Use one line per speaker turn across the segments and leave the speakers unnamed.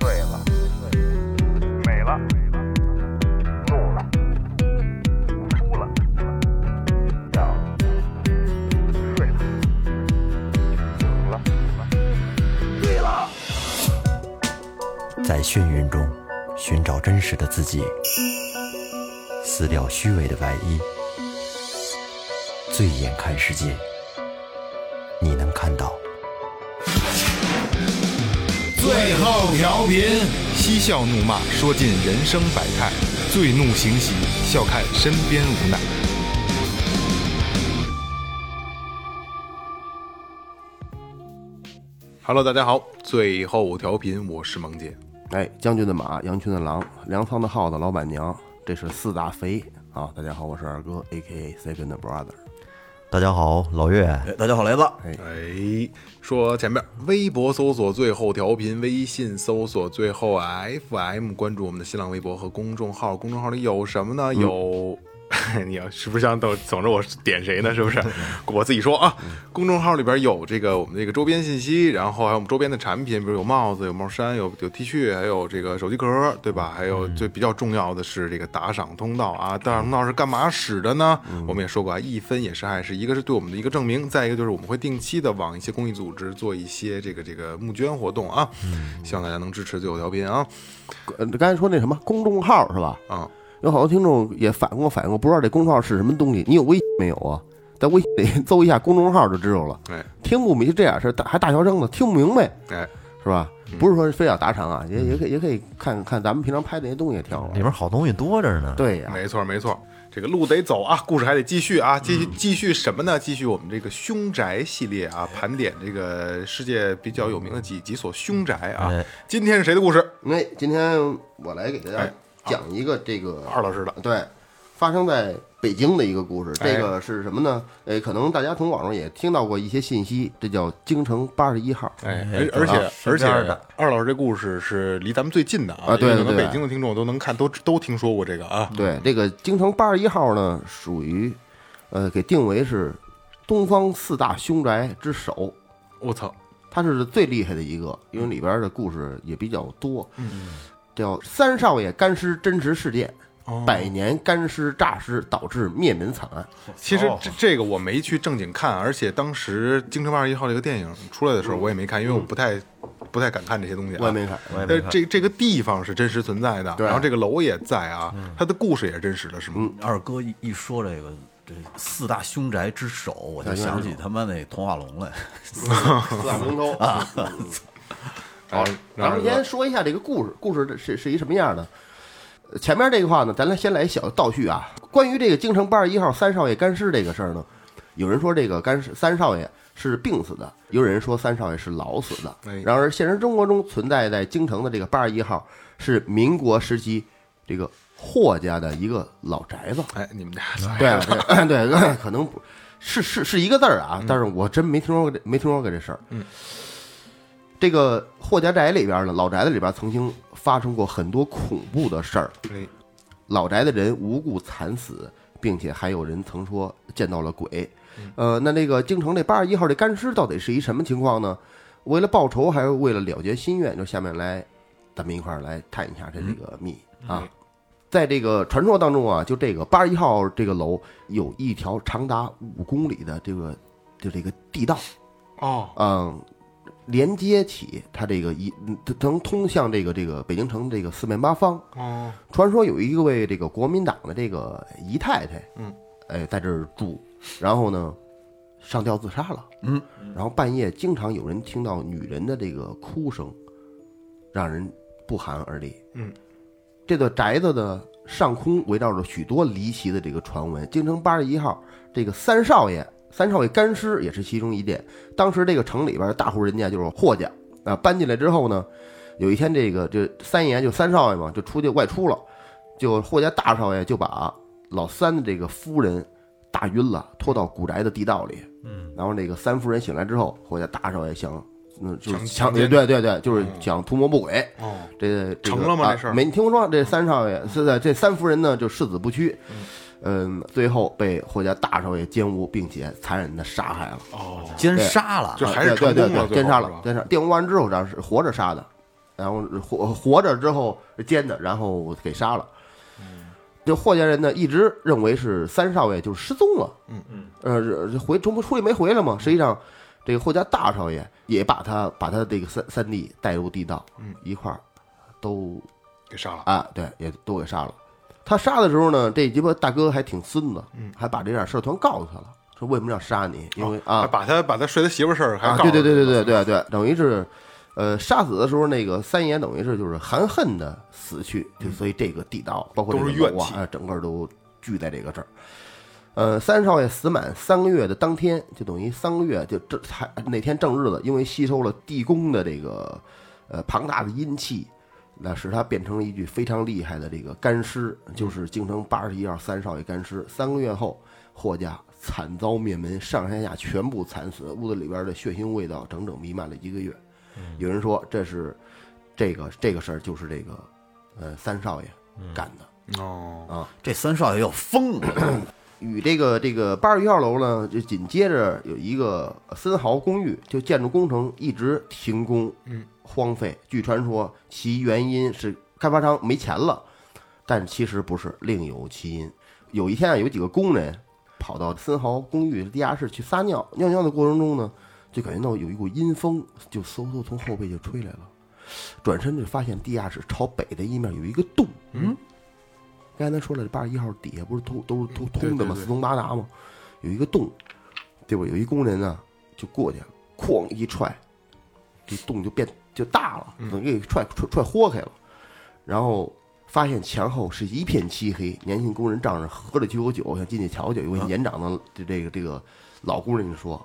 醉了，美了，怒了，哭了，笑了，睡了，醒了，醉了。
在眩晕中寻找真实的自己，撕掉虚伪的外衣，醉眼看世界，你能看到。
最后调频，
嬉笑怒骂，说尽人生百态；醉怒行喜，笑看身边无奈。Hello，大家好，最后调频，我是萌姐。
哎，将军的马，羊群的狼，粮仓的耗子，老板娘，这是四大肥啊！大家好，我是二哥，A K A Second Brother。
大家好，老岳，
哎，大家好，雷子，
哎，说前面，微博搜索最后调频，微信搜索最后 FM，关注我们的新浪微博和公众号。公众号里有什么呢？有， 你要是不是想等等着我点谁呢？是不是？我自己说啊，公众号里边有这个我们这个周边信息，然后还有我们周边的产品，比如有帽子、有帽衫、有有 T 恤，还有这个手机壳，对吧？还有最比较重要的是这个打赏通道啊，打赏通道是干嘛使的呢？我们也说过啊，一分也是爱是一个是对我们的一个证明，再一个就是我们会定期的往一些公益组织做一些这个这个募捐活动啊，希望大家能支持最后调频啊
呃刚才说那什么公众号是吧？
啊！
有好多听众也反过反过，不知道这公众号是什么东西。你有微信没有啊？在微信里 搜一下公众号就知道了。
哎
听不明就这样是大还大学生呢，听不明白
哎，
是吧？不是说非要打赏啊，也也可以也可以看看咱们平常拍的那些东西也挺好玩
嗯
里。面好东西多着呢。
对呀、
没错没错，这个路得走啊，故事还得继续啊，继续继续什么呢？继续我们这个凶宅系列啊，盘点这个世界比较有名的几几所凶宅啊
哎。
今天是谁的故事？
那今天我来给大家
哎
讲一个这个
二老师的。
对，发生在北京的一个故事。
哎
这个是什么呢？呃，可能大家从网上也听到过一些信息，这叫京城八十一号。
哎，
哎
而而且
身
而且
边的，
二老师这故事是离咱们最近的啊，
啊对
因为可能
对对
北京的听众都能看，都都听说过这个啊。
对，这个京城八十一号呢，属于呃给定为是东方四大凶宅之首，
我操，
它是最厉害的一个，因为里边的故事也比较多。
嗯
叫三少爷干尸真实事件，
哦
百年干尸诈尸导致灭门惨案。
其实这这个我没去正经看，而且当时《京城八十一号》这个电影出来的时候，我也没看，因为我不太不太敢看这些东西啊。
我 也没看，
我也没
但是
看
这这个地方是真实存在的，
对
然后这个楼也在啊，它的故事也是真实的，是吗？
二哥一一说这个这四大凶宅之首，我就想起他妈那童话龙
哎
来，
四 大名州啊。
好，哎然
咱
后
们先说一下这个故事，故事的是是一什么样的？呃前面这个话呢，咱来先来一小倒叙啊。关于这个京城八十一号三少爷干尸这个事儿呢，有人说这个干尸三少爷是病死的，有人说三少爷是老死的
哎。
然而，现实中国中存在在京城的这个八十一号是民国时期这个霍家的一个老宅子。
哎，你们俩
对对 对，可能不是是是一个字儿啊，但是我真没听说过这没听说过这事儿。嗯，这个霍家宅里边呢，老宅子里边曾经发生过很多恐怖的事儿，
哎
老宅的人无故惨死，并且还有人曾说见到了鬼。呃，那那个京城这八十一号这干尸到底是一什么情况呢？为了报仇，还是为了了结心愿？就下面来，咱们一块儿来探一下这这个秘啊。在这个传说当中啊，就这个八十一号这个楼有一条长达五公里的这个就这个地道，
哦，
嗯，连接起它这个一嗯它能通向这个这个北京城这个四面八方。
哦，
传说有一位这个国民党的这个姨太太，
嗯，
哎，在这儿住，然后呢，上吊自杀了，
嗯，
然后半夜经常有人听到女人的这个哭声，让人不寒而栗，
嗯，
这座宅子的上空围绕着许多离奇的这个传闻，京城八十一号这个三少爷，三少爷干尸也是其中一点。当时这个城里边大户人家就是霍家啊，搬进来之后呢，有一天这个这三爷就三少爷嘛，就出去外出了，就霍家大少爷就把老三的这个夫人打晕了，拖到古宅的地道里。嗯，然后那个三夫人醒来之后，霍家大少爷想，嗯，就
强
是强，
强奸
对对对，就是想图谋不轨。
哦，
这这个
嗯成了吗
啊
这事儿
没听说这三少爷是在这三夫人呢，就誓死不屈。嗯，最后被霍家大少爷奸污，并且残忍的杀害了，
哦，
奸杀了
就，
啊
还是
对
成
对
功
对
了，
对奸杀了
最后，是吧
奸杀，玷污完之后，然后是活着杀的。然后活活着之后奸的，然后给杀了。
嗯
这霍家人呢，一直认为是三少爷就是失踪了，嗯嗯，呃，回从出去没回来嘛。实际上，这个霍家大少爷也把他把他这个三三弟带入地道，嗯，一块儿都
给杀了。
啊，对，也都给杀了。他杀的时候呢，这鸡巴大哥还挺孙子，
嗯
还把这点事儿全告诉他了，说为什么要杀你？因为、
还
啊
把他把他睡他媳妇儿事儿还
啊，
告
对
诉
对对对
他
对对对，等于是，呃，杀死的时候那个三爷等于是就是含恨的死去，就所以这个地道包括这
嗯都
个
是怨
楼啊
气
啊，整个都聚在这个这儿。呃，三少爷死满三个月的当天，就等于三个月就这才那天正日子，因为吸收了地宫的这个呃庞大的阴气，那使他变成了一具非常厉害的这个干尸，
嗯
就是京城八十一号三少爷干尸。三个月后，霍家惨遭灭门，上山下全部惨死，屋子里边的血腥味道整整弥漫了一个月。有人说这是这个这个事儿就是这个呃三少爷干的。
哦，
这三少爷要疯了，
与这个这个八十一号楼呢，就紧接着有一个森豪公寓，就建筑工程一直停工，嗯，荒废。据传说，其原因是开发商没钱了，但其实不是，另有其因。有一天啊，有几个工人跑到森豪公寓地下室去撒尿，尿尿的过程中呢，就感觉到有一股阴风，就嗖嗖从后背就吹来了。转身就发现地下室朝北的一面有一个洞，嗯，刚才咱说了，这八十一号底下不是通都是通通的
对对
吗？
对
四通八达吗？有一个洞，对吧？有一工人呢就过去了，哐一踹，这洞就变就大了，
嗯
等于给踹踹踹豁开了，然后。发现墙后是一片漆黑，年轻工人仗着喝了几口酒想进去瞧瞧。有位年长的这这个这个老工人就说：“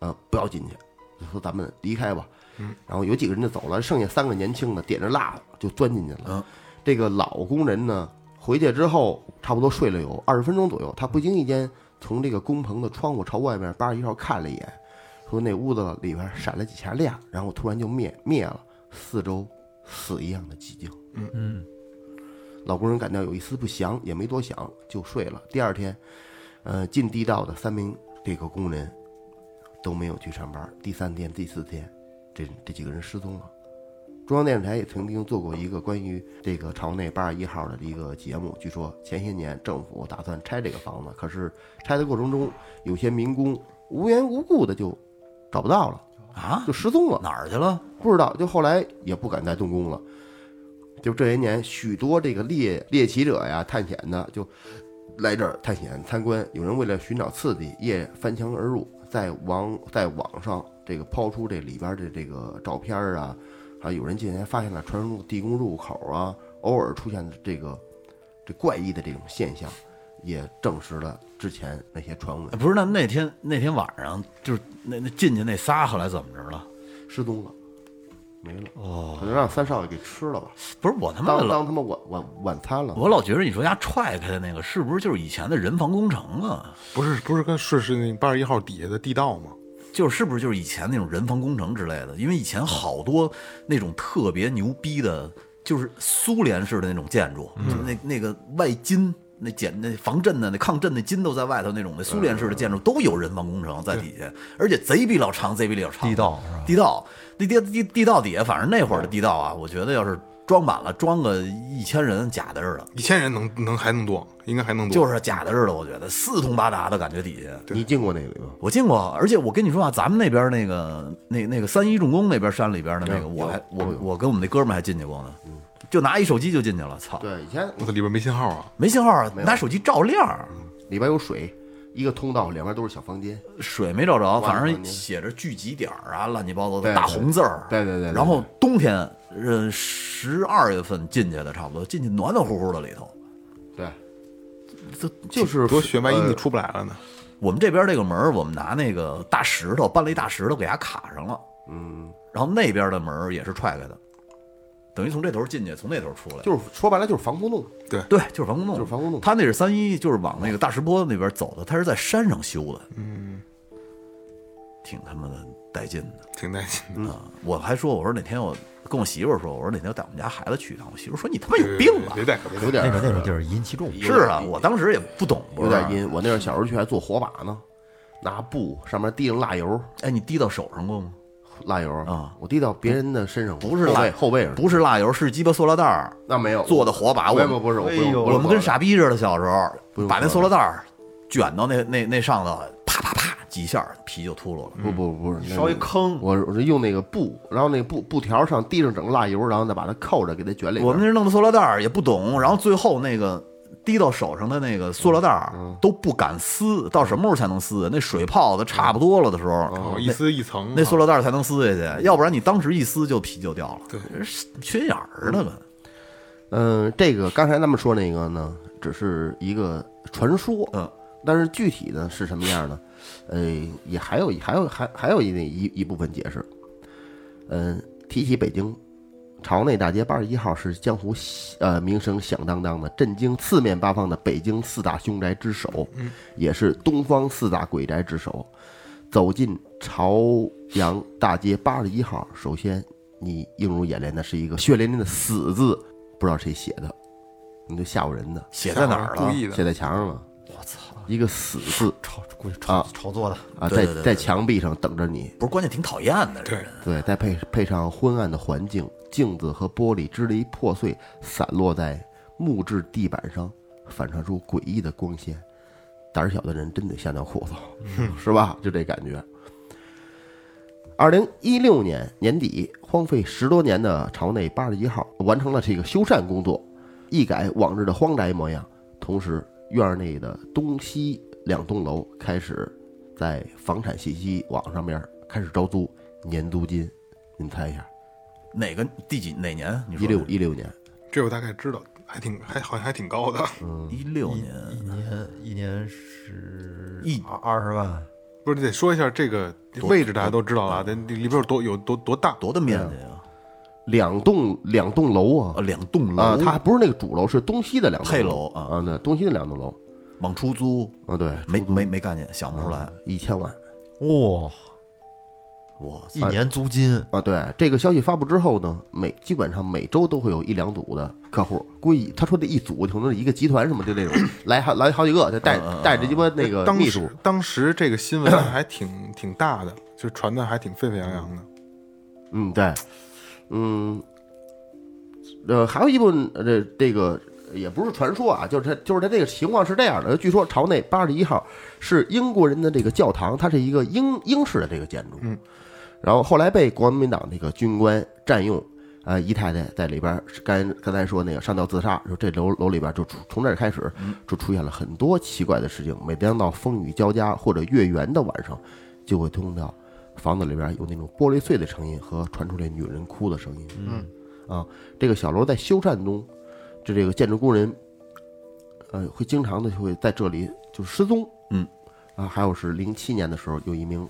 呃，不要进去，就说咱们离开吧。嗯，然后有几个人就走了，剩下三个年轻的点着蜡就钻进去了。
嗯
这个老工人呢，回去之后差不多睡了有二十分钟左右，他不经意间从这个工棚的窗户朝外面八十一号看了一眼，说那屋子里边闪了几下亮，然后突然就灭灭了，四周死一样的寂静。
嗯，
老工人感到有一丝不祥，也没多想就睡了。第二天，呃，进地道的三名这个工人都没有去上班。第三天、第四天，这这几个人失踪了。中央电视台也曾经做过一个关于这个朝内八十一号的一个节目。据说前些年政府打算拆这个房子，可是拆的过程中，有些民工无缘无故的就找不到了，
啊
就，失踪了。
哪儿去了？
不知道，就后来也不敢再动工了。就这些年，许多这个猎猎奇者呀、探险的就来这儿探险参观。有人为了寻找刺激，夜翻墙而入，在网在网上这个抛出这里边的这个照片儿啊，啊，有人竟然发现了传说中的地宫入口啊，偶尔出现的这个这怪异的这种现象，也证实了之前那些传闻
哎不是，那那天那天晚上就是那那进去那仨后来怎么着了？
失踪了，没了。哦，可能让三少爷给吃了吧。
不是我他妈的
当
老，
当他妈晚晚晚餐了。
我老觉着你说丫踹开的那个是不是就是以前的人防工程啊？
不是不是跟是是那八十一号底下的地道吗？
就是是不是就是以前那种人防工程之类的？因为以前好多那种特别牛逼的，就是苏联式的那种建筑，就是
嗯
那那个外筋。那简那防震的那抗震的筋都在外头那种的苏联式的
嗯
建筑都有人防工程在底下，而且贼比老长，贼比老长。
地道是吧
地道那地地地道底下，反正那会儿的地道啊，我觉得要是装满了，装个一千人假的似的，
一千人能能还能多，应该还能多。
就是假的似的。我觉得四通八达的感觉底下，
你进过那个吗？
我进过，而且我跟你说啊，咱们那边那个那那个三一重工那边山里边的那个，我还我我跟我们那哥们儿还进去过呢，就拿一手机就进去了，操，
嗯对，以前
我操，里边没信号啊！
没信号啊，拿手机照亮儿，
里边有水，一个通道，两边都是小房间。
水没找着，
完了
反
完
正
了
写着聚集点儿啊，乱七八糟的
对
大红字儿，
对对对对对
然后冬天，呃，十二月份进去的，差不多进去暖暖乎乎的里头。
对，
这
就是
多血，万一
呃
你出不来了呢？
我们这边这个门儿，我们拿那个大石头搬了一大石头给它卡上了，
嗯，
然后那边的门儿也是踹开的，等于从这头进去，从那头出来。
就是说白了就是防空洞。
对，就是防空洞，
就是防空洞
他那是三一，就是往那个大石坡那边走的，他是在山上修的，嗯，挺他妈的带劲的。
挺带劲的。
啊！我还说，我说哪天我跟我媳妇儿说，我说哪天我带我们家孩子去一趟。我媳妇儿说你他妈有病啊吧
别？带可别带
有点
那个那个地儿阴气重，
是啊，我当时也不懂，不
有
是啊
点。阴。我那会儿小时候去还做火把呢，拿布上面滴上蜡油，
哎，你滴到手上过吗？
蜡油
啊，
我滴到别人的身上，
不是
后
蜡
背后背上，
不是蜡油，是鸡巴塑料袋儿
那没有
做的火把。我
没
们
有没有不是，我不
哎
用
呦
不
我
用
们跟
火
傻逼似的，小时
不
候
用
把那
喝
塑料袋儿卷到那那那上头，啪啪啪几下儿皮就秃噜了。
不不不是那
烧一
个
坑，
嗯我我是用那个布，然后那个布布条上滴上整个蜡油，然后再把它扣着，给它卷里边。
我们这弄的塑料袋儿也不懂，然后最后那个滴到手上的那个塑料袋儿都不敢撕，到什么时候才能撕？那水泡的差不多了的时候，
哦，一丝一层啊，
那塑料袋儿才能撕下去，要不然你当时一撕就皮就掉了。
对，
缺眼儿的吧？
嗯，这个刚才咱们说那个呢，只是一个传说，
嗯，
但是具体的是什么样呢？呃，也还有还有还还有一一一部分解释。嗯，提起北京朝内大街八十一号是江湖呃名声响当当的，震惊四面八方的北京四大凶宅之首，
嗯
也是东方四大鬼宅之首。走进朝阳大街八十一号，首先你映入眼帘的是一个血淋淋的“死”字，不知道谁写的，你就吓唬人的，
写在哪儿
故
了？
意的，
写在墙上了。
我操，
一个死字
炒估计炒
啊
炒作的，
啊，
对
在
对对
在
对
墙壁上等着你。
不是，关键挺讨厌的。这
对
人
对，再配配上昏暗的环境，镜子和玻璃支离破碎，散落在木质地板上，反射出诡异的光线。胆儿小的人真得吓尿裤子，是吧？就这感觉。二零一六年年底，荒废十多年的朝内八十一号完成了这个修缮工作，一改往日的荒宅模样。同时，院儿内的东西两栋楼开始在房产信息网上面开始招租，年租金，你们猜一下？
哪个第几哪年？你说
一六一六年，
这我大概知道，还挺还好像还挺高的，
一六年，
一年一年十
一
二二十万，
不是你得说一下这个位置，大家都知道了啊，但里边有多有多多大？
多大面积啊？
两栋两栋楼啊
啊，两栋楼，，
啊它还不是那个主楼，是东西的两栋
配楼啊
啊，对，东西的两栋楼
往出租，
啊，对，
没没没概念，想不出来。
一千万
哇，
我
一年租金
啊，对，这个消息发布之后呢，每基本上每周都会有一两组的客户，估计他说这一组可能是一个集团什么就那种，来好来好几个，就
嗯
带带着鸡巴那个
当
秘书
时，当时这个新闻还挺挺大 的，就传的还挺沸沸扬扬的。
嗯，对，嗯，呃，还有一部分呃这这个也不是传说啊，就是他就是他这个情况是这样的，据说朝内八十一号是英国人的这个教堂，它是一个英英式的这个建筑，
嗯，
然后后来被国民党那个军官占用。啊，姨太太在里边儿，刚刚才说那个上吊自杀，说这楼楼里边儿就出从这儿开始就出现了很多奇怪的事情。每当到风雨交加或者月圆的晚上，就会听到房子里边有那种玻璃碎的声音和传出来女人哭的声音。嗯，啊，这个小楼在修缮中，这这个建筑工人，呃，会经常的就会在这里就失踪。
嗯，
啊，还有是零七年的时候，有一名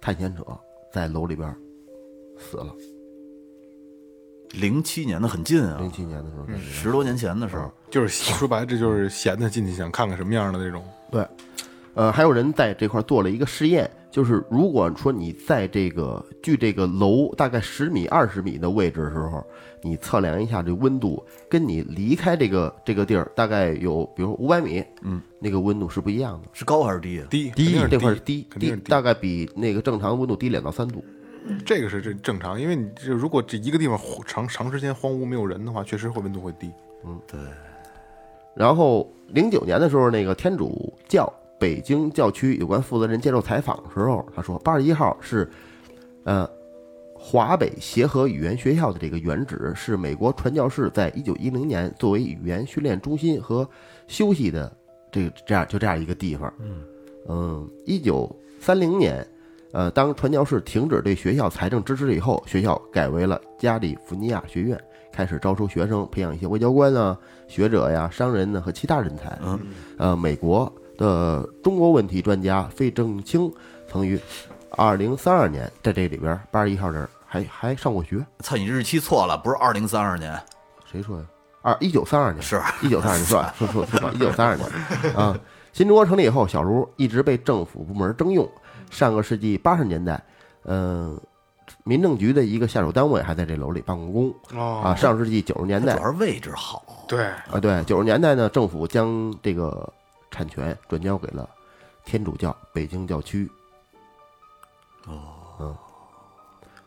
探险者在楼里边死了。
零七年的很近啊
零，七年的时候在里边，
十多年前的时候。
就是说白了，这就是闲的进去想看看什么样的那种。
对，呃，还有人在这块儿做了一个试验，就是如果说你在这个距这个楼大概十米、二十米的位置的时候，你测量一下这温度，跟你离开这个这个地儿大概有，比如五百米，嗯，那个温度是不一样的。
是高还是低啊？
低肯
低
定是
这块儿
低
低，
肯定是
大概比那个正常温度低两到三度。
这个是这正常，因为你这如果这一个地方荒长长时间荒芜没有人的话，确实会温度会低。
然后零九年的时候，那个天主教北京教区有关负责人接受采访的时候，他说八十一号是，呃，华北协和语言学校的这个原址是美国传教士在一九一零年作为语言训练中心和休息的这这样就这样一个地方。嗯一九三零年。呃，当传教士停止对学校财政支持以后，学校改为了加利福尼亚学院，开始招收学生，培养一些外交官啊、学者呀、商人呢和其他人才。嗯，呃，美国的中国问题专家费正清曾于二零三二年在这里边八十一号这儿还还上过学。
操，你日期错了，不是二零三二年，
谁说呀？二一九三二年
是啊
一九三二年，算了说错说错，一九三二年啊。新中国成立以后，小卢一直被政府部门征用。上个世纪八十年代，嗯、民政局的一个下属单位还在这楼里办过工
哦
啊。上世纪九十年
主
代，
要是位置好。
对，
啊，对，九十年代呢，政府将这个产权转交给了天主教北京教区。哦，嗯，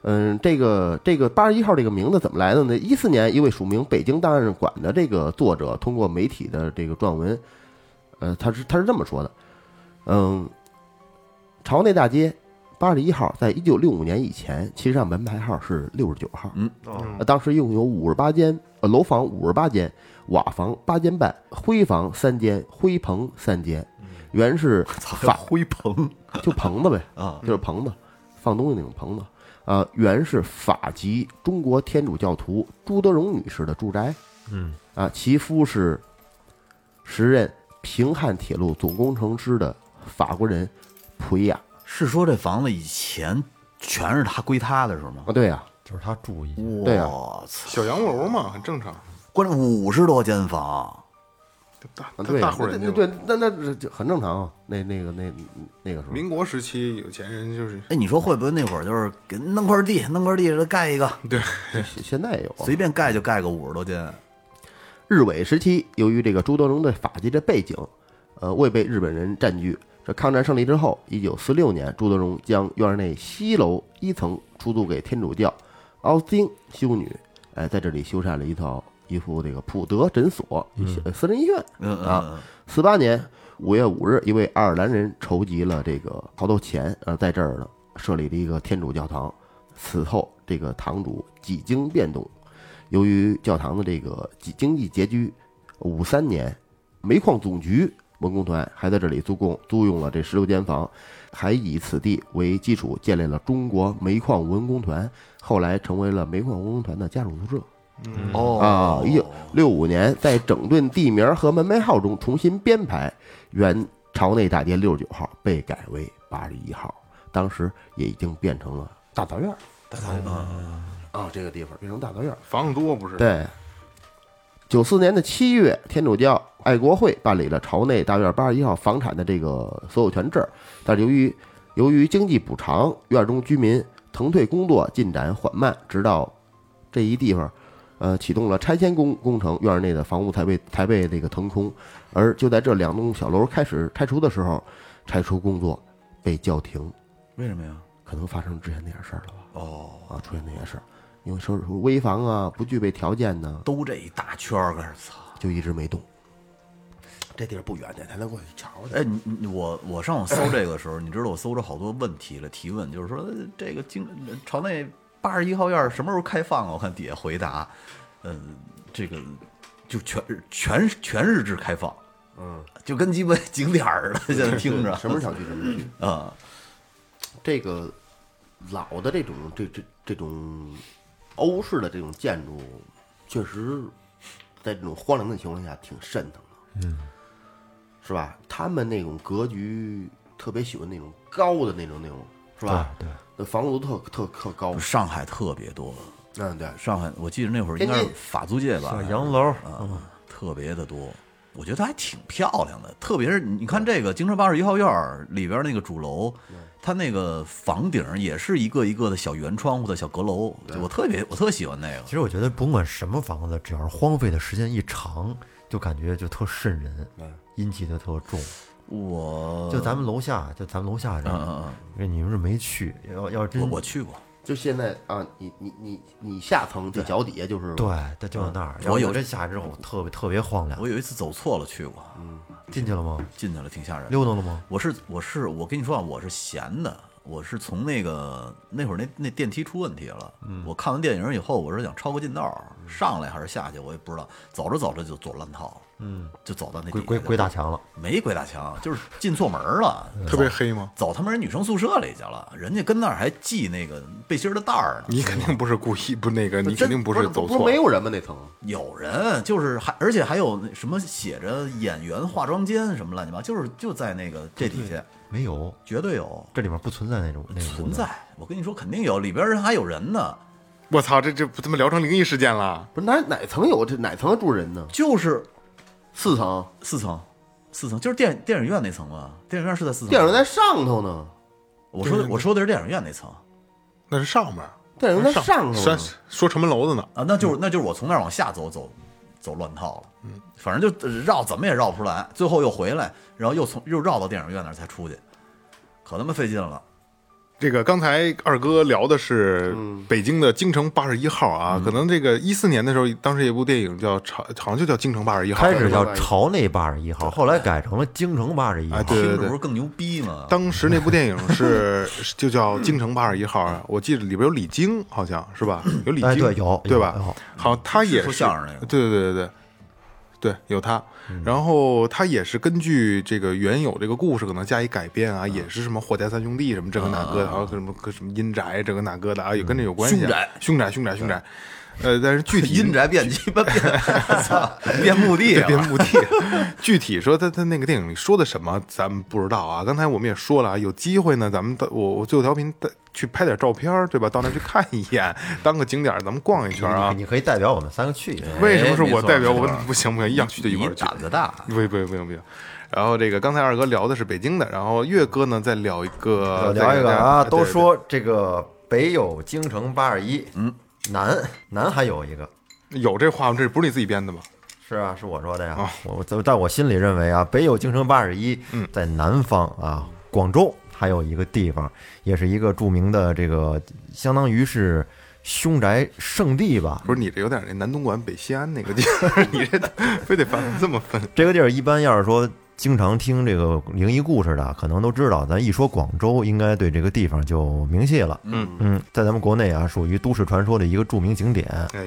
嗯，这个这个八十一号这个名字怎么来的呢？一四年，一位署名北京档案馆的这个作者通过媒体的这个撰文，呃，他是他是这么说的，嗯，朝内大街八十一号，在一九六五年以前，其实上门牌号是六十九号，呃当时一共有五十八间呃楼房五十八间，瓦房八间半，灰房三间，灰棚三间，原是
还有
法
灰棚
就棚子呗，
啊，
就是棚子，放东西那种棚子。呃，原是法籍中国天主教徒朱德荣女士的住宅。
嗯，
啊，其夫是时任平汉铁路总工程师的法国人普伊亚。
是说这房子以前全是他归他的是吗
啊，？对呀、
就是他注意，
对啊
我操！
小洋楼嘛，很正常。
关键五十多间房，
大
啊，
大
对呀、
大户人家
对
嘛，
对，那那这这很正常啊。那那个那那个时候，
民国时期有钱人就是
哎，你说会不会那会儿就是给弄块地，弄块地给他盖一个，
现现在也有啊。
随便盖就盖个五十多间，
日伪时期，由于这个朱德荣对法籍的背景，呃，未被日本人占据。这抗战胜利之后，一九四六年，朱德荣将院内西楼一层出租给天主教奥斯汀修女，哎，在这里修缮了一套一副这个普德诊所、呃私人医院。
嗯嗯
啊
嗯，
四八年五月五日，一位爱尔兰人筹集了这个好多钱，呃，在这儿呢设立了一个天主教堂。此后，这个堂主几经变动，由于教堂的这个经经济拮据，五三年，煤矿总局文工团还在这里租供租用了这十六间房，还以此地为基础建立了中国煤矿文工团，后来成为了煤矿文工团的家属宿舍。
哦
啊，一九六五年在整顿地名和门牌号中重新编排，原朝内大街六十九号被改为八十一号，当时也已经变成了大杂院儿。大杂院啊，这个地方变成大杂院儿。
房子多不是？
对，九四年的七月，天主教爱国会办理了朝内大院八十一号房产的这个所有权证，但是由于由于经济补偿，院中居民腾退工作进展缓慢，直到这一地方，呃，启动了拆迁工工程，院内的房屋才被才被这个腾空。而就在这两栋小楼开始拆除的时候，拆除工作被叫停，
为什么呀？
可能发生之前那点事儿了吧？
哦，
啊，出现那些事儿，因为说是危房啊，不具备条件呢、
都这一大圈儿，我操！
就一直没动。这地儿不远的，咱能过去瞧瞧。
哎，你你我我上网搜这个 时候，你知道我搜着好多问题了，提问就是说呃这个京朝内八十一号院儿什么时候开放啊？我看底下回答，嗯，这个就全全全日制开放，嗯，就跟鸡巴景点儿似的，现在听着
什 么小区什么小区？
啊，
这个老的这种这这这种欧式的这种建筑，确实在这种荒凉的情况下挺瘆腾的，嗯，是吧？他们那种格局特别喜欢那种高的那种那种，是吧？对，那房子都特特特高，
上海特别多，
嗯，对，
上海我记得那会儿应该是法租界吧，
小洋楼，嗯
啊，特别的多。我觉得还挺漂亮的，特别是你看这个京城八十一号院儿里边那个主楼，它那个房顶儿也是一个一个的小圆窗户的小阁楼，就我特别我特喜欢那个
其。实我觉得甭管什么房子，只要是荒废的时间一长，就感觉就特瘆人，
嗯
阴气就特重。
我
就咱们楼下，就咱们楼下这
嗯
个
嗯，
因为你们是没去，要要是
嗯，
真
我我去过，
就现在啊，你你你你下层这脚底下就是
对，它就在那儿。
嗯我
然后
有
这下之后，特别特别荒凉
我。有一次走错了去过，
嗯进去了吗？
进去了挺吓人的。
溜达了吗？
我是我是我跟你说啊，我是闲的，我是从那个那会儿那那电梯出问题了，
嗯
我看完电影以后，我是想抄个近道儿上来还是下去，我也不知道，走着走着就走乱套了，嗯，就走到那
鬼
底
鬼
下
鬼
了
打嗯墙了，
没鬼打墙，就是进错门儿了，
特别黑吗？
走他妈人女生宿舍里去了，人家跟那儿还系那个背心儿的带儿呢，
你肯定不是故意，不那个，你肯定
不
是走
不
错
是没。有人吗？那层
有人就是还而且还有那什么写着演员化妆间什么乱七八，就是就在那个这底下，
没有，
绝对有。
这里面不存在那种那种
存在，我跟你说肯定有，里边儿人还有人呢。
我操，这这不他妈聊成灵异事件了？
不是哪哪层有这哪层住人呢？
就是
四层，
四层，四层就是电电影院那层吧？电影院是在四层。
电影院在上头呢，
我说的我说的是电影院那层
那是上面，
电影院在嗯上头
说
呢。
说城门楼子呢，
啊，那就是那就是我从那儿往下走走走乱套了，嗯，反正就绕怎么也绕不出来，最后又回来，然后又从又绕到电影院那儿才出去，可他妈费劲了。
这个刚才二哥聊的是
嗯
北京的京城八十一号啊，可能这个一四年的时候，当时有一部电影叫《朝》，好像就叫《京城八十一号》。
开始叫朝内八十一号，后来改成了京城八十一号
哎。对对
听着不是更牛逼
啊
吗？
当时那部电影是 是就叫《京城八十一号》啊，我记得里边有李菁，好像是吧？有李
哎
菁，
对有
对吧
有有？
好，他也
是说
是
相声那个
对对对对对。对，有他，
嗯
然后他也是根据这个原有这个故事可能加以改编
嗯
啊，也是什么霍家三兄弟什么这个那个的，
啊
然后什么什么阴宅这个那个的啊，也跟这有关系啊。
凶宅
凶宅，凶宅，凶宅。呃，但是具体
阴宅变鸡巴变，操，变墓地啊
别
了。
目的。 具体说他他那个电影里说的什么，咱们不知道啊。刚才我们也说了啊，有机会呢，咱们到我我最后调频带去拍点照片儿，对吧？到那去看一眼，当个景点儿，咱们逛一圈儿啊。
你可以代表我们三个去一趟。
为什么是
哎没
我
错
代表我
没错？
不行不行，要去就一块
你
儿去。
胆子大，
不行不行不行不行。然后这个刚才二哥聊的是北京的，然后岳哥呢再聊一个，
聊
呃
一
再
个啊，
对
都
对
说这个北有京城八二一，嗯，南南还有一个，
有这话吗，这不是你自己编的吗？
是啊，是我说的呀。我我在我心里认为啊，北有京城八二一，在南方啊，广州还有一个地方，也是一个著名的这个，相当于是凶宅圣地吧。
不是你这有点那南东莞北西安那个地儿， 你这非得把它这么分。
这个地儿一般要是说经常听这个灵异故事的，可能都知道。咱一说广州，应该对这个地方就明细了。
嗯
嗯，在咱们国内啊，属于都市传说的一个著名景点
哎，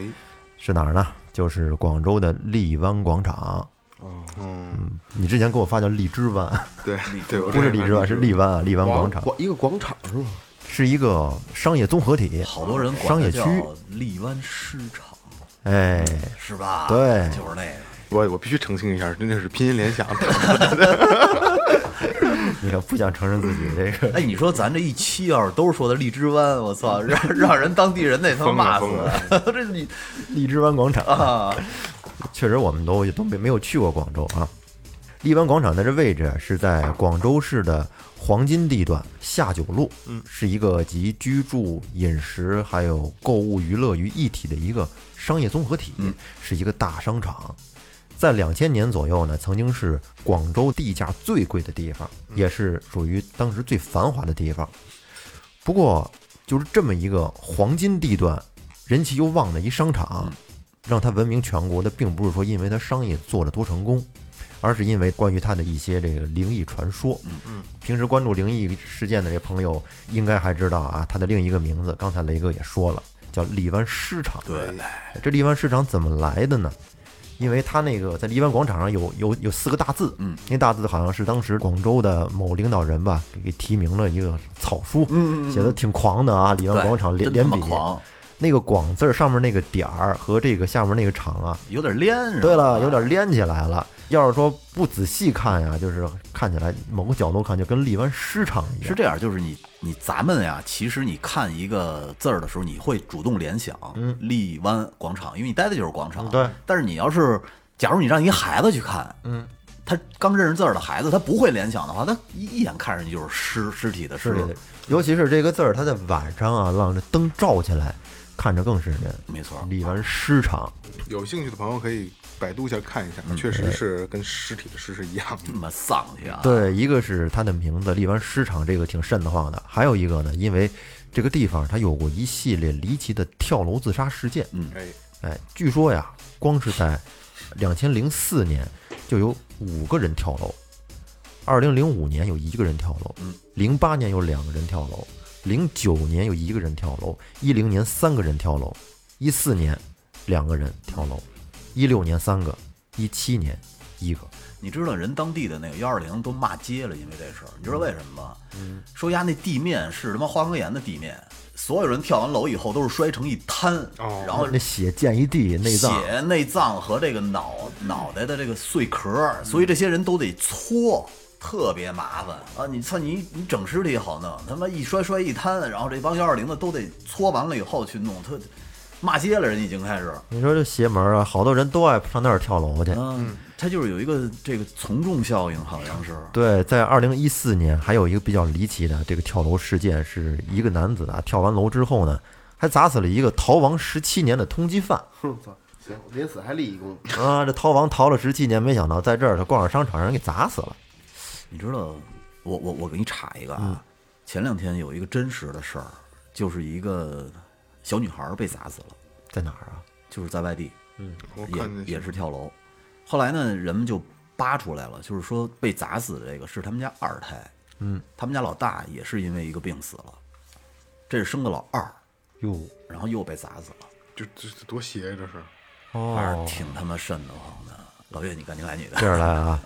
是哪儿呢？就是广州的荔湾广场。
哦
嗯，
你之前给我发叫荔枝湾，
对对，我
不
这
是荔枝湾，是荔湾啊，荔湾广场
广一个广场是吗？
是一个商业综合体，
好多人
商
管它
业
叫
区。
荔湾市场，
哎，
是吧？
对
就是那个。
我我必须澄清一下，真的是 拼音联想。
你可不想承认自己这个。
哎，你说咱这一期要是都说的荔枝湾，我操，让 让人当地人得他妈骂死
疯了
这你
荔枝 湾广场
啊，
嗯确实我们都都没没有去过广州啊。荔湾广场在这位置啊是在广州市的黄金地段下九路，嗯，是一个集居住、饮食还有购物娱乐于一体的一个商业综合体，是一个大商场。在两千年左右呢，曾经是广州地价最贵的地方，也是属于当时最繁华的地方。不过，就是这么一个黄金地段、人气又旺的一商场，让它闻名全国的，并不是说因为它商业做得多成功，而是因为关于它的一些这个灵异传说。平时关注灵异事件的这朋友应该还知道啊，它的另一个名字，刚才雷哥也说了，叫荔湾市场。对，这荔湾市场怎么来的呢？因为它那个在荔湾广场上有有有四个大字，嗯，那大字好像是当时广州的某领导人吧给提名了一个草书，嗯写的挺狂的啊，荔湾广场连
真
连
他妈
笔，
狂，
那个广字儿上面那个点儿和这个下面那个场啊，
有点连是吧？啊
对了，有点连起来了。要是说不仔细看呀，就是看起来某个角度看就跟荔湾市场一样，
是这样，就是你你咱们呀，其实你看一个字儿的时候，你会主动联想，嗯，荔湾广场，因为你待的就是广场，
嗯对。
但是你要是，假如你让一孩子去看，嗯，他刚认识字儿的孩子，他不会联想的话，他一一眼看上去就是尸尸体的尸
是，的，尤其是这个字儿，它在晚上啊，让这灯照起来，看着更是人。
没错
荔湾市场，
有兴趣的朋友可以百度一下看一
嗯
下，确
哎
实是跟尸体的尸是一样的
这。么丧气啊！
对，一个是它的名字“荔湾市场”，这个挺瘆得慌的；还有一个呢，因为这个地方它有过一系列离奇的跳楼自杀事件。嗯，
哎，
哎，据说呀，光是在两千零四年就有五个人跳楼，二零零五年有一个人跳楼，零八年有两个人跳楼，零九年有一个人跳楼，一零年三个人跳楼，一四年两个人跳楼，一六年三个，一七年一个。
你知道人当地的那个幺二零都骂街了，因为这事儿，你知道为什么吗？嗯，说丫那地面是他妈花岗岩的地面，所有人跳完楼以后都是摔成一滩，
哦
然后
那血溅一地，内脏
血、内脏和这个脑脑袋的这个碎壳，
嗯
所以这些人都得搓，特别麻烦啊！你操你你整尸体好弄，他妈一摔摔一摊，然后这帮幺二零的都得搓完了以后去弄，他骂街了，人已经开始。
你说这邪门啊，好多人都爱上那儿跳楼去。
嗯，他就是有一个这个从众效应，好像是。
对，在二零一四年，还有一个比较离奇的这个跳楼事件，是一个男子啊跳完楼之后呢，还砸死了一个逃亡十七年的通缉犯
哼，操，行，临死还立一功，
啊！这逃亡逃了十七年，没想到在这儿他逛上商场让人给砸死了。嗯
你知道，我我我给你查一个啊，前两天有一个真实的事儿，就是一个小女孩儿被砸死了，
在哪儿啊？
就是在外地，
嗯
我看
也
见
也是跳楼。后来呢，人们就扒出来了，就是说被砸死的这个是他们家二胎，嗯，他们家老大也是因为一个病死了，这是生的老二，
哟，
然后又被砸死了，
这这这多邪呀！这是
反正
哦，
挺他妈瘆得慌的。老岳，你赶紧来你的
接，着来啊，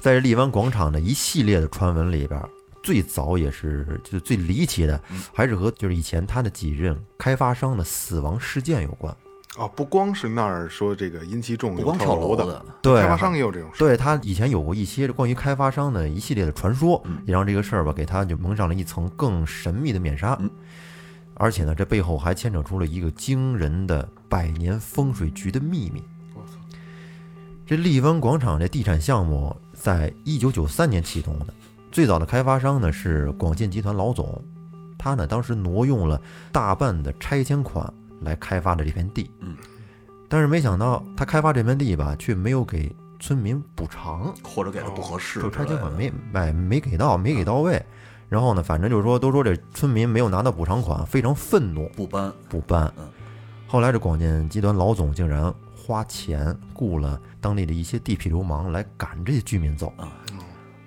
在这荔湾广场的一系列的传闻里边，最早也是就是最离奇的，还是和就是以前他的几任开发商的死亡事件有关。
哦，不光是那儿说这个阴气重，
不光跳
楼
楼
的
的，啊
对
开发商也有这种事。
对他以前有过一些关于开发商的一系列的传说，也让这个事儿吧给他就蒙上了一层更神秘的面纱。而且呢，这背后还牵扯出了一个惊人的百年风水局的秘密。这荔湾广场这地产项目在一九九三年启动的，最早的开发商呢是广建集团老总，他呢当时挪用了大半的拆迁款来开发的这片地。
嗯，
但是没想到他开发这片地吧，却没有给村民补偿，
或者给的不合适之
哦就
类的，
拆迁款没哎没给到，没给到位。然后呢，反正就是说，都说这村民没有拿到补偿款，非常愤怒，
不搬，
不搬
嗯。
后来这广电集团老总竟然花钱雇了当地的一些地痞流氓来赶这些居民走
啊，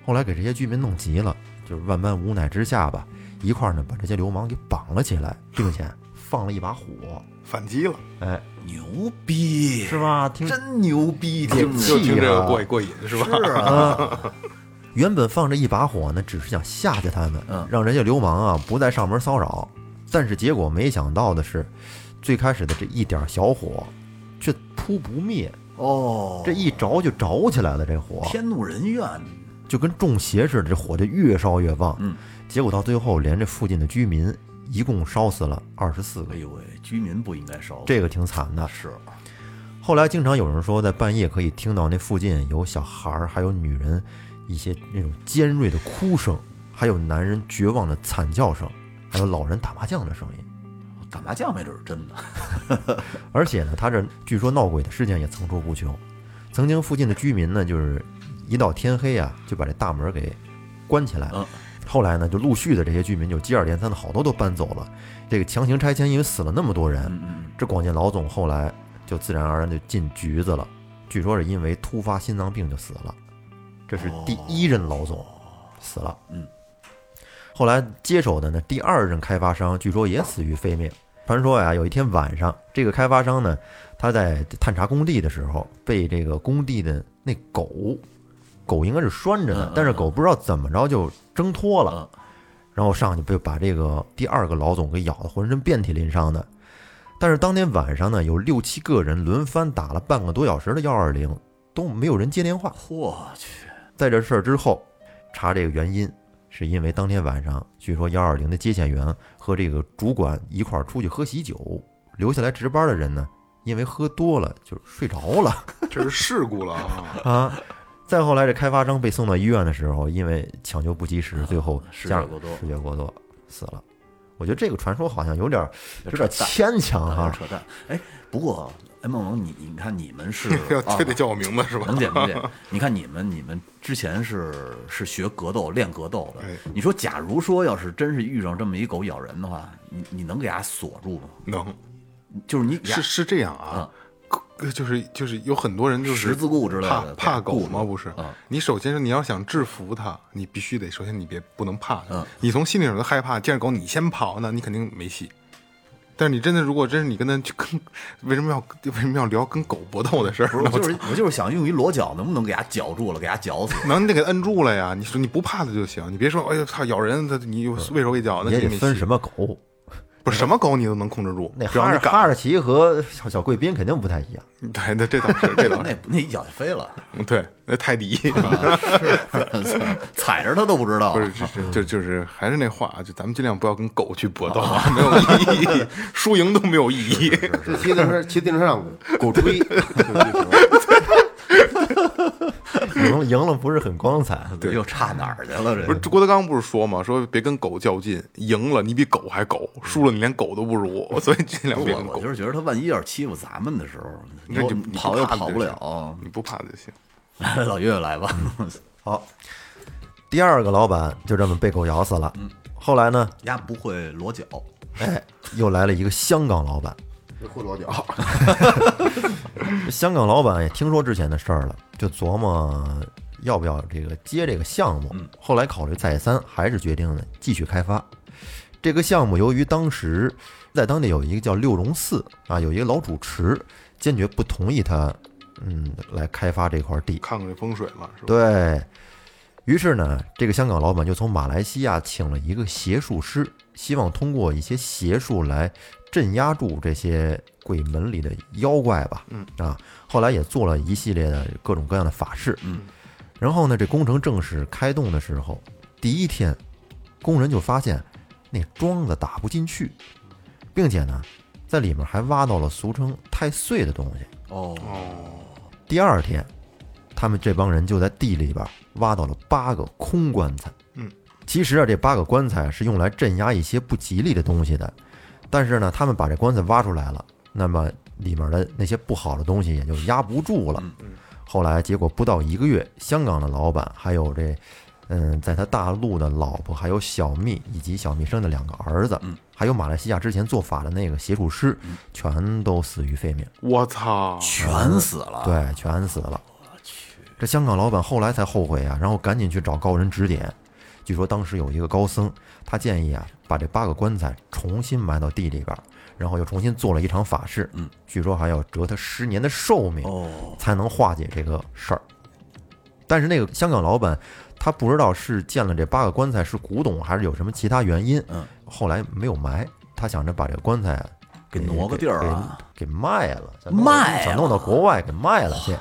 后来给这些居民弄急了，就是万般无奈之下吧，一块儿呢把这些流氓给绑了起来，并且放了一把火，
反击了，
哎，
牛逼，
是吧？听
真牛逼，听着
就听这个
啊
过过瘾是吧？
是啊，
原本放着一把火呢，只是想吓吓他们
嗯，
让人家流氓啊不再上门骚扰。但是结果没想到的是，最开始的这一点小火，却扑不灭，
哦，
这一着就着起来了。这火
天怒人怨，
就跟中邪似的，这火就越烧越旺。
嗯，
结果到最后，连这附近的居民一共烧死了二十四个
哎，呦喂，居民不应该烧，
这个挺惨的。
是
后来经常有人说，在半夜可以听到那附近有小孩儿，还有女人一些那种尖锐的哭声，还有男人绝望的惨叫声，还有老人打麻将的声音。
打麻将没准是真的，
而且呢，他这据说闹鬼的事件也层出不穷。曾经附近的居民呢，就是一到天黑啊，就把这大门给关起来了
嗯。
后来呢，就陆续的这些居民就接二连三的好多都搬走了。这个强行拆迁，因为死了那么多人，
嗯嗯，
这广建老总后来就自然而然就进局子了，据说是因为突发心脏病就死了，这是第一任老总死了。
哦嗯，
后来接手的呢，第二任开发商据说也死于非命。传说呀，有一天晚上，这个开发商呢，他在探查工地的时候，被这个工地的那狗，狗应该是拴着
嗯嗯
的，但是狗不知道怎么着就挣脱了，
嗯
然后上去被把这个第二个老总给咬得浑身遍体鳞伤的。但是当天晚上呢，有六七个人轮番打了半个多小时的幺二零，都没有人接电话。
我去，
在这事儿之后，查这个原因，是因为当天晚上，据说幺二零的接线员和这个主管一块儿出去喝喜酒，留下来值班的人呢，因为喝多了就睡着了。
这是事故了 啊！
啊。 再后来，这开发商被送到医院的时候，因为抢救不及时，最后
失
加
血啊过多
失血过多死了。我觉得这个传说好像有点儿有
扯
点儿
淡
牵强
啊
哈。
扯淡，哎，不过哎，孟龙，你你看你们是
要
啊
非得叫我名字是吧？
能解能解，你看你们你们之前是是学格斗练格斗的
哎，
你说假如说要是真是遇上这么一狗咬人的话，你你能给它锁住吗？
能
就是你
是是这样啊，呃就是就是有很多人就是
嗯十字固之类
怕
的
怕
对
狗
固
吗？不是
嗯，
你首先是你要想制服它，你必须得首先你别不能怕它
嗯，
你从心里头害怕，见着狗你先跑，那你肯定没戏。但是你真的，如果真是你跟它去跟，为什么要为什么要聊跟狗搏斗的事儿
不
呢
是，？我就是我就是想用一裸脚，能不能给它绞住了，给它绞死？
能你得给它摁住了呀！你说你不怕它就行，你别说哎呦操咬人，它
嗯
你又畏手畏脚，那
也
你
得
没
分
戏
什么狗，
不是什么狗你都能控制住，
那
只要
哈
你
士
敢。
哈士奇和小小贵宾肯定不太一样。
对，那这倒是，这倒是，
那那一脚就飞了，
嗯对，那 泰迪
踩着它都不知道
不。是，就就就是还是那话啊，就咱们尽量不要跟狗去搏斗啊， 没有意义，输赢都没有意义。
就骑自行车，骑自行车上 狗追，
赢了赢了不是很光 彩，
又差哪儿去了？这
不是郭德纲不是说嘛，说别跟狗较劲，赢了你比狗还狗，输了你连狗都不 如，所以尽量别跟
我我
狗
就。是觉得他万一要是欺负咱们的时候，
你说你你
跑
不
又
怕
跑
就
不
行
了。
你不怕就行。
老岳来吧，
好，第二个老板就这么被狗咬死了。后来呢，
丫不会裸 脚，
哎，又来了一个香港老板。
会裸脚，
香港老板也听说之前的事儿了，就琢磨要不要这个接这个项目。后来考虑再三，还是决定了继续开发。这个项目由于当时在当地有一个叫六榕寺啊，有一个老主持坚决不同意他，嗯，来开发这块地。
看看这风水嘛，是吧？
对于是呢，这个香港老板就从马来西亚请了一个邪术师，希望通过一些邪术来镇压住这些鬼门里的妖怪吧。嗯啊，后来也做了一系列的各种各样的法事。嗯，然后呢，这工程正式开动的时候，第一天，工人就发现那桩子打不进去，并且呢，在里面还挖到了俗称太岁的东西。
哦，
第二天，他们这帮人就在地里边挖到了八个空棺材。
嗯，
其实啊，这八个棺材是用来镇压一些不吉利的东西的，但是呢，他们把这棺材挖出来了，那么里面的那些不好的东西也就压不住了。后来结果不到一个月，香港的老板还有这。嗯，在他大陆的老婆，还有小蜜以及小蜜生的两个儿子，还有马来西亚之前做法的那个邪术师，全都死于非命。
我操！
全死了。
对，全死了。我去，这香港老板后来才后悔啊，然后赶紧去找高人指点。据说当时有一个高僧，他建议啊，把这八个棺材重新埋到地里边儿，然后又重新做了一场法事。嗯，据说还要折他十年的寿命，
哦，
才能化解这个事儿。但是那个香港老板，他不知道是见了这八个棺材是古董，还是有什么其他原因，
嗯，
后来没有埋，他想着把这棺材
给挪个地儿啊，
给给卖了，想弄到
卖了
想弄到国外给卖了去。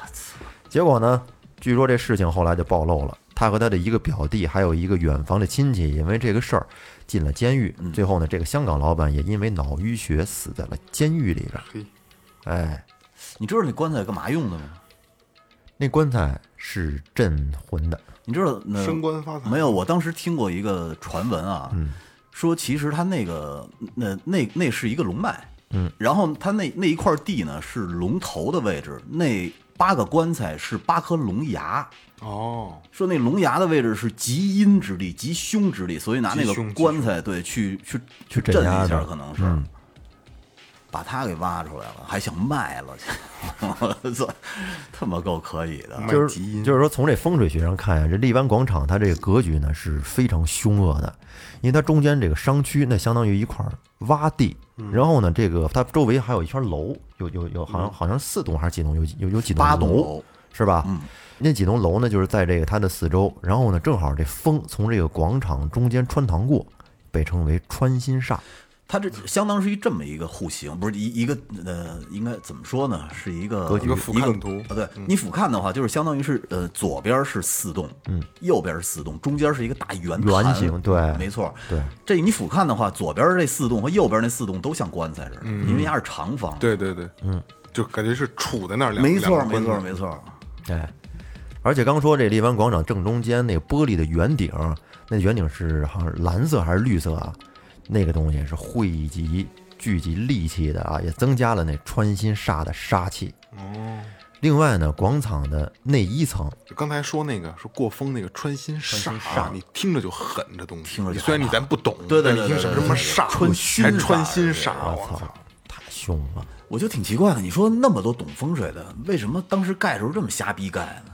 结果呢，据说这事情后来就暴露了，他和他的一个表弟，还有一个远房的亲戚，因为这个事儿进了监狱。最后呢，这个香港老板也因为脑淤血死在了监狱里边。
嘿，
哎，
你知道那棺材干嘛用的吗？
那棺材是镇魂的，
你知道那
升嗯官发财
没有？我当时听过一个传闻啊，说其实他那个那那那是一个龙脉，嗯，然后他那那一块地呢是龙头的位置，那八个棺材是八颗龙牙，
哦，
说那龙牙的位置是极阴之地、极凶之地，所以拿那
极
个
凶极
棺材对去去
去
震
镇压嗯
一下
它，
可能是。把他给挖出来了，还想卖了去， 我操，他妈够可以的。
就
基
是
因
就是说，从这风水学上看呀，这荔湾广场它这个格局呢是非常凶恶的，因为它中间这个商区那相当于一块洼地，
嗯
然后呢，这个它周围还有一圈楼，有有有，好像好像四栋还是几栋，有有有几栋
八栋
楼
楼，嗯
是吧？那几栋楼呢，就是在这个它的四周，然后呢，正好这风从这个广场中间穿堂过，被称为穿心煞。
它这相当是一这么一个户型，不是一一个呃，应该怎么说呢？是一个
局一个俯瞰图嗯
啊，对你俯瞰的话，就是相当于是呃，左边是四栋，嗯，右边是四栋，中间是一个大圆
圆
盘
形对
没错，
对。
这你俯瞰的话，左边这四栋和右边那四栋都像棺材似的，因为它是长方。，
嗯对对对，嗯，就感觉是杵在那儿两，
没错，
两个
没
棺
错，
材
没错。
哎，而且刚说这荔湾广场正中间那玻璃的圆顶，那圆顶是好像蓝色还是绿色啊？那个东西是汇集聚集戾气的啊，也增加了那穿心煞的杀气。哦。另外呢，广场的内一层，
就刚才说那个说过风那个穿心煞啊，你听着就狠，这东西。
听着就
虽然你咱不懂，
对对
但
对
你听
对
什么
对
什么
对
煞，
穿心
还
煞
穿
是
心
吧
煞，
我
我
操，太凶了。
我就挺奇怪的，你说那么多懂风水的，为什么当时盖时候这么瞎逼盖呢？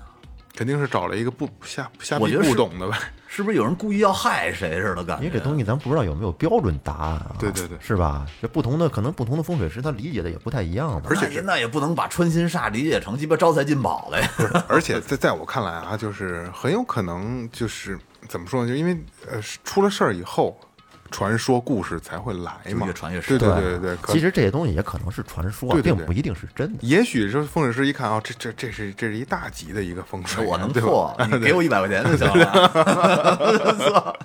肯定是找了一个不瞎瞎
我
逼
觉得
不
是
懂的呗。
是不是有人故意要害谁似的感
因
觉？
为这东西咱不知道有没有标准答案啊，
对对对
是吧？这不同的可能不同的风水师他理解的也不太一样吧
而。且
那
是
也那也不能把穿心煞理解成鸡巴招财进宝了呀。
而且在在我看来啊，就是很有可能就是怎么说呢？就因为呃是出了事儿以后，传说故事才会来嘛，
就越传越深
对对对对对，可
其实这些东西也可能是传说啊，
对对对
并不一定是真的。
也许是风水师一看啊，这这这是这是一大吉的一个风水啊，
我能
对吧 啊
破，你给我一百块钱就行了。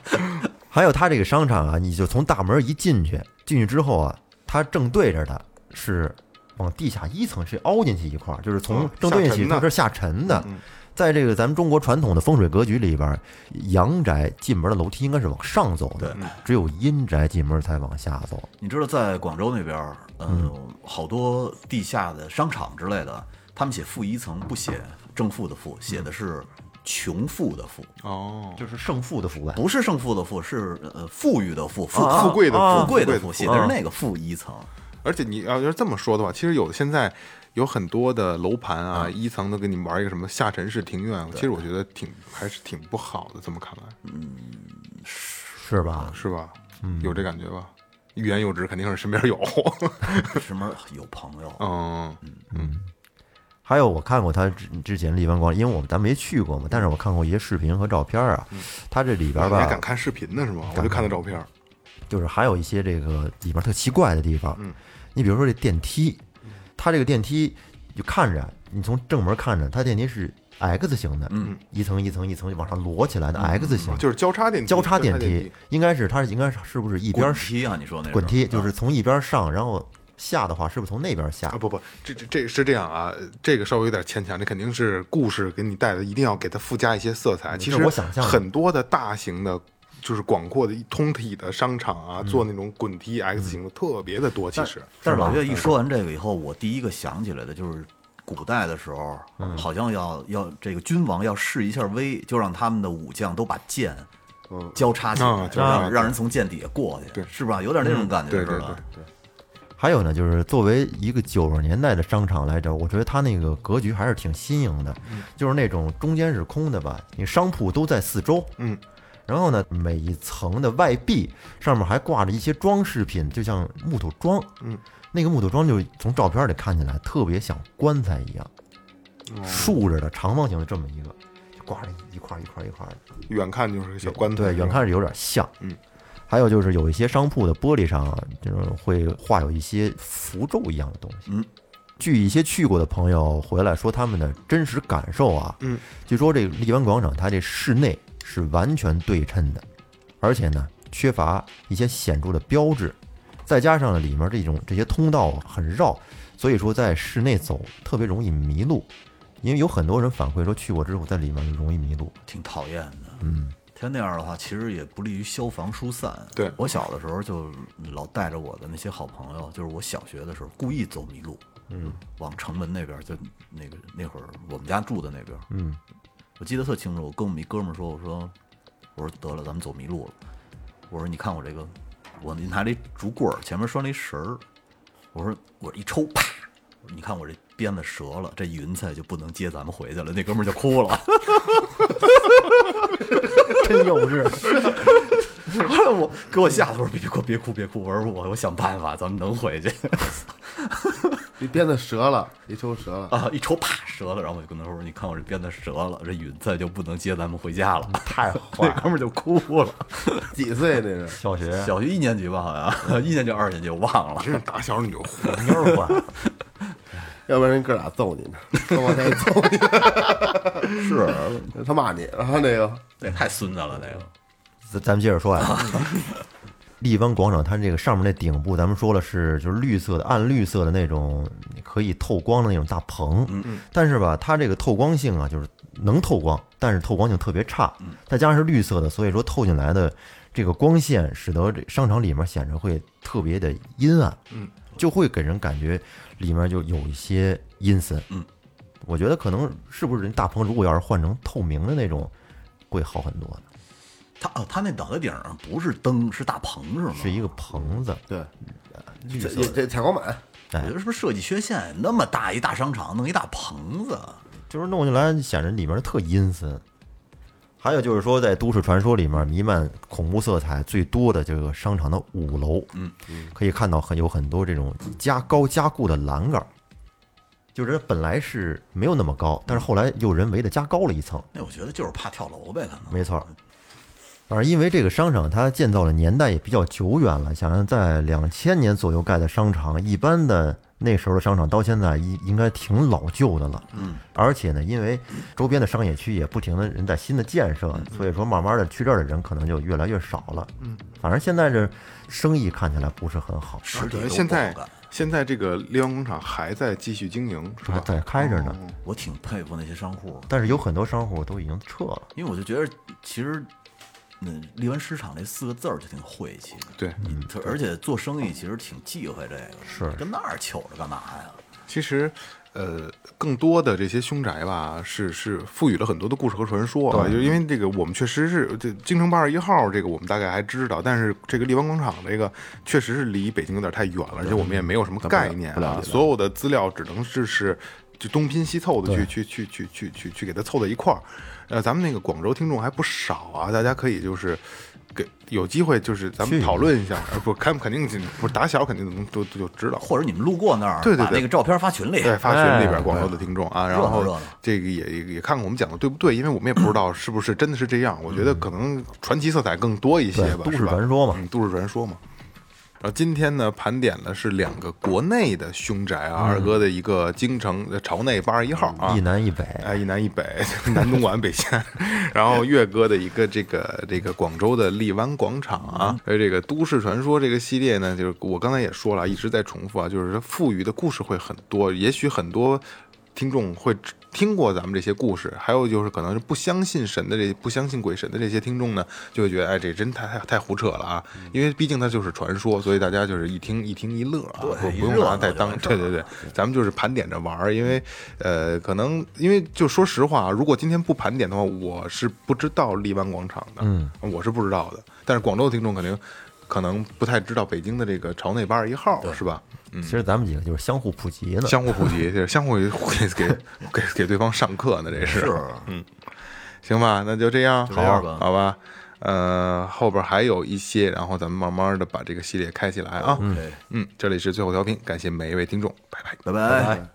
还有他这个商场啊，你就从大门一进去，进去之后啊，它正对着的是往地下一层去凹进去一块儿，就是从
哦
正对
下
进去
沉的嗯
它是下沉的。在这个咱们中国传统的风水格局里边儿，阳宅进门的楼梯应该是往上走的，只有阴宅进门才往下
哦
走。
你知道在广州那边儿，呃，
嗯
好多地下的商场之类的，他们写负一层不写正负的负，写的是穷富的富，
哦，
就是胜负的啊腐败。
不是胜负的富，是呃富裕的富，富
富富贵的啊富
富贵
富贵
的
的
富，
富啊
写的是那个负一层。
而且你要要是这么说的话，其实有的现在有很多的楼盘啊，一层都给你玩一个什么下沉式庭院，其实我觉得挺还是挺不好的。这么看来，
是吧？
是吧？嗯，有这感觉吧？欲言又止，肯定是身边有。
什么有朋友，
嗯，
还有我看过他之之前荔湾广，因为我们咱没去过嘛，但是我看过一些视频和照片啊，他这里边
嗯你还敢
吧，
看视频呢是吗？我就看到照片儿。
就是还有一些这个里边特奇怪的地方。你比如说这电梯，它这个电梯你就看着，你从正门看着，它电梯是 X 型的，一层一层一层往上摞起来的 X 型，
就是交叉电梯，
交叉
电
电梯，，应该是它是应该是是不是一边
滚
儿
梯啊，你说那是
滚梯，就是从一边上，然后下的话是不是从那边下
啊？不不，这这这是这样啊，这个稍微有点牵强，这肯定是故事给你带的，一定要给它附加一些色彩。其
嗯这
实
我想象的
很多的大型的。就是广阔的一通体的商场
嗯
啊，做那种滚梯 X 型的特别的多。其实，
但是嗯老岳一说完这个以后，我第一个想起来的就是古代的时候，好像要要这个君王要试一下威，就让他们的武将都把剑交叉起来嗯
啊，
就
啊
让让人从剑底下过去，是吧？有点那种感觉
对
似
对
的。
对，
还有呢，就是作为一个九十年代的商场来着，我觉得它那个格局还是挺新颖的，
嗯
就是那种中间是空的吧，你商铺都在四周，
嗯，
然后呢，每一层的外壁上面还挂着一些装饰品，就像木头桩，
嗯，
那个木头桩就从照片里看起来特别像棺材一样，竖着的长方形的这么一个，就挂着一块儿一块儿一块儿的。
远看就是个小棺材，
对，远看是有点像。
嗯，
还有就是有一些商铺的玻璃上啊，就是会画有一些符咒一样的东西。
嗯，
据一些去过的朋友回来说，他们的真实感受啊，
嗯，
据说这个荔湾广场它这室内是完全对称的，而且呢缺乏一些显著的标志，再加上呢里面这种这些通道啊很绕，所以说在室内走特别容易迷路。因为有很多人反馈说去过之后在里面容易迷路，
挺讨厌的。嗯，像那样的话，其实也不利于消防疏散。
对
我小的时候就老带着我的那些好朋友，就是我小学的时候故意走迷路，嗯，往城门那边，就那个那会儿我们家住的那边，嗯，我记得特清楚，我跟我们一哥们儿说，我说我说得了，咱们走迷路了，我说你看我这个，我拿了一竹棍儿，前面拴了一绳儿，我说我一抽，啪。我说你看我这鞭子折了，这云彩就不能接咱们回去了。那哥们儿就哭了。
真幼稚。
后来我给我吓得，我说别别哭别哭别哭，我说我我想办法，咱们能回去
你鞭子折了，一抽折了，
啊！一抽啪折了，然后我就跟他说：“你看我这鞭子折了，这云彩就不能接咱们回家了。”太坏，那哥们儿就哭了。
几岁那是？
小学
小学一年级吧，好像一年级二年级我忘了。
真是打小你就糊
妞儿 管。
要不然人哥俩揍你呢，他 往家一揍
是，
你， 他骂你，然后那个
那太孙子了，那个
咱咱们接着说呀，荔湾广场它这个上面那顶部，咱们说了是就是绿色的、暗绿色的那种可以透光的那种大棚，但是吧，它这个透光性啊，就是能透光，但是透光性特别差，再加上是绿色的，所以说透进来的这个光线，使得这商场里面显着会特别的阴暗，
嗯，
就会给人感觉里面就有一些阴森，
嗯，
我觉得可能是不是人大棚如果要是换成透明的那种，会好很多呢。
他哦，他那脑袋顶上不是灯，是大棚是吗？
是一个棚子，
对，
绿
这
色
也
的，
这采光板，
我觉得是不是设计缺陷？那么大一大商场弄一大棚子，
就是弄进来显得里面特阴森。还有就是说，在都市传说里面弥漫恐怖色彩最多的这个商场的五楼，嗯，可以看到很有很多这种加高加固的栏杆儿，就是它本来是没有那么高，但是后来又人为的加高了一层，
那我觉得就是怕跳楼呗，可能。
没错儿。而因为这个商场它建造的年代也比较久远了，想想在两千年左右盖的商场，一般的那时候的商场到现在应应该挺老旧的了。嗯，而且呢，因为周边的商业区也不停的人在新的建设，所以说慢慢的去这儿的人可能就越来越少了。嗯，反正现在这生意看起来不是很好，
是
对，
的，
现在现在这个丽湾广场还在继续经营，是
还
吧？
在开着呢。
我挺佩服那些商户，
但是有很多商户都已经撤了。
因为我就觉得其实，嗯，荔湾市场这四个字儿就挺晦气的。
嗯对，
特而且做生意其实挺忌讳这个，是跟那儿糗着干嘛呀？
其实，呃，更多的这些凶宅吧，是是赋予了很多的故事和传说啊。就因为这个，我们确实是这京城八十一号这个我们大概还知道，但是这个荔湾广场这个确实是离北京有点太远了，而且我们也没有什么概念
不了解
啊，
的
所有的资料只能是是就东拼西凑的去去去去去去去给它凑到一块儿。呃，咱们那个广州听众还不少啊，大家可以就是。给有机会就是咱们讨论一下，呃不，看肯定不是打小肯定能都都就知道，
或者你们路过那儿，
对对对
把那个照片发群里，
对，发群里
哎
边广州的听众啊，然
热闹热
后
闹
这个也也也看看我们讲的对不对，因为我们也不知道是不是真的是这样，我觉得可能传奇色彩更多一些吧，
嗯对都市
是吧
传说嘛
嗯，都市传说嘛。然后今天呢，盘点的是两个国内的凶宅
嗯
啊，二哥的一个京城呃朝内八十一号啊
一，南一北，
哎，一南一北， 南东莞北线，然后岳哥的一个这个这个广州的荔湾广场啊，而这个都市传说这个系列呢，就是我刚才也说了，一直在重复啊，就是它赋予的故事会很多，也许很多听众会知听过咱们这些故事，还有就是可能是不相信神的这不相信鬼神的这些听众呢，就会觉得哎，这真太太太胡扯了啊，因为毕竟它就是传说，所以大家就是一听一听一乐啊，不不用拿太当对对对，咱们就是盘点着玩儿，因为呃，可能因为就说实话，啊如果今天不盘点的话，我是不知道荔湾广场的，嗯，我是不知道的，但是广州的听众肯定。可能不太知道北京的这个朝内八十一号是吧？
其实咱们几个嗯就是相互普及呢。
相互普及，就是相互 给给给给对方上课呢，这是。
是
行吧，那就这样，
这样吧
好吧。呃，后边还有一些，然后咱们慢慢嗯的把这个系列开起来啊。嗯嗯，这里是最后调频，感谢每一位听众，拜拜。
拜拜。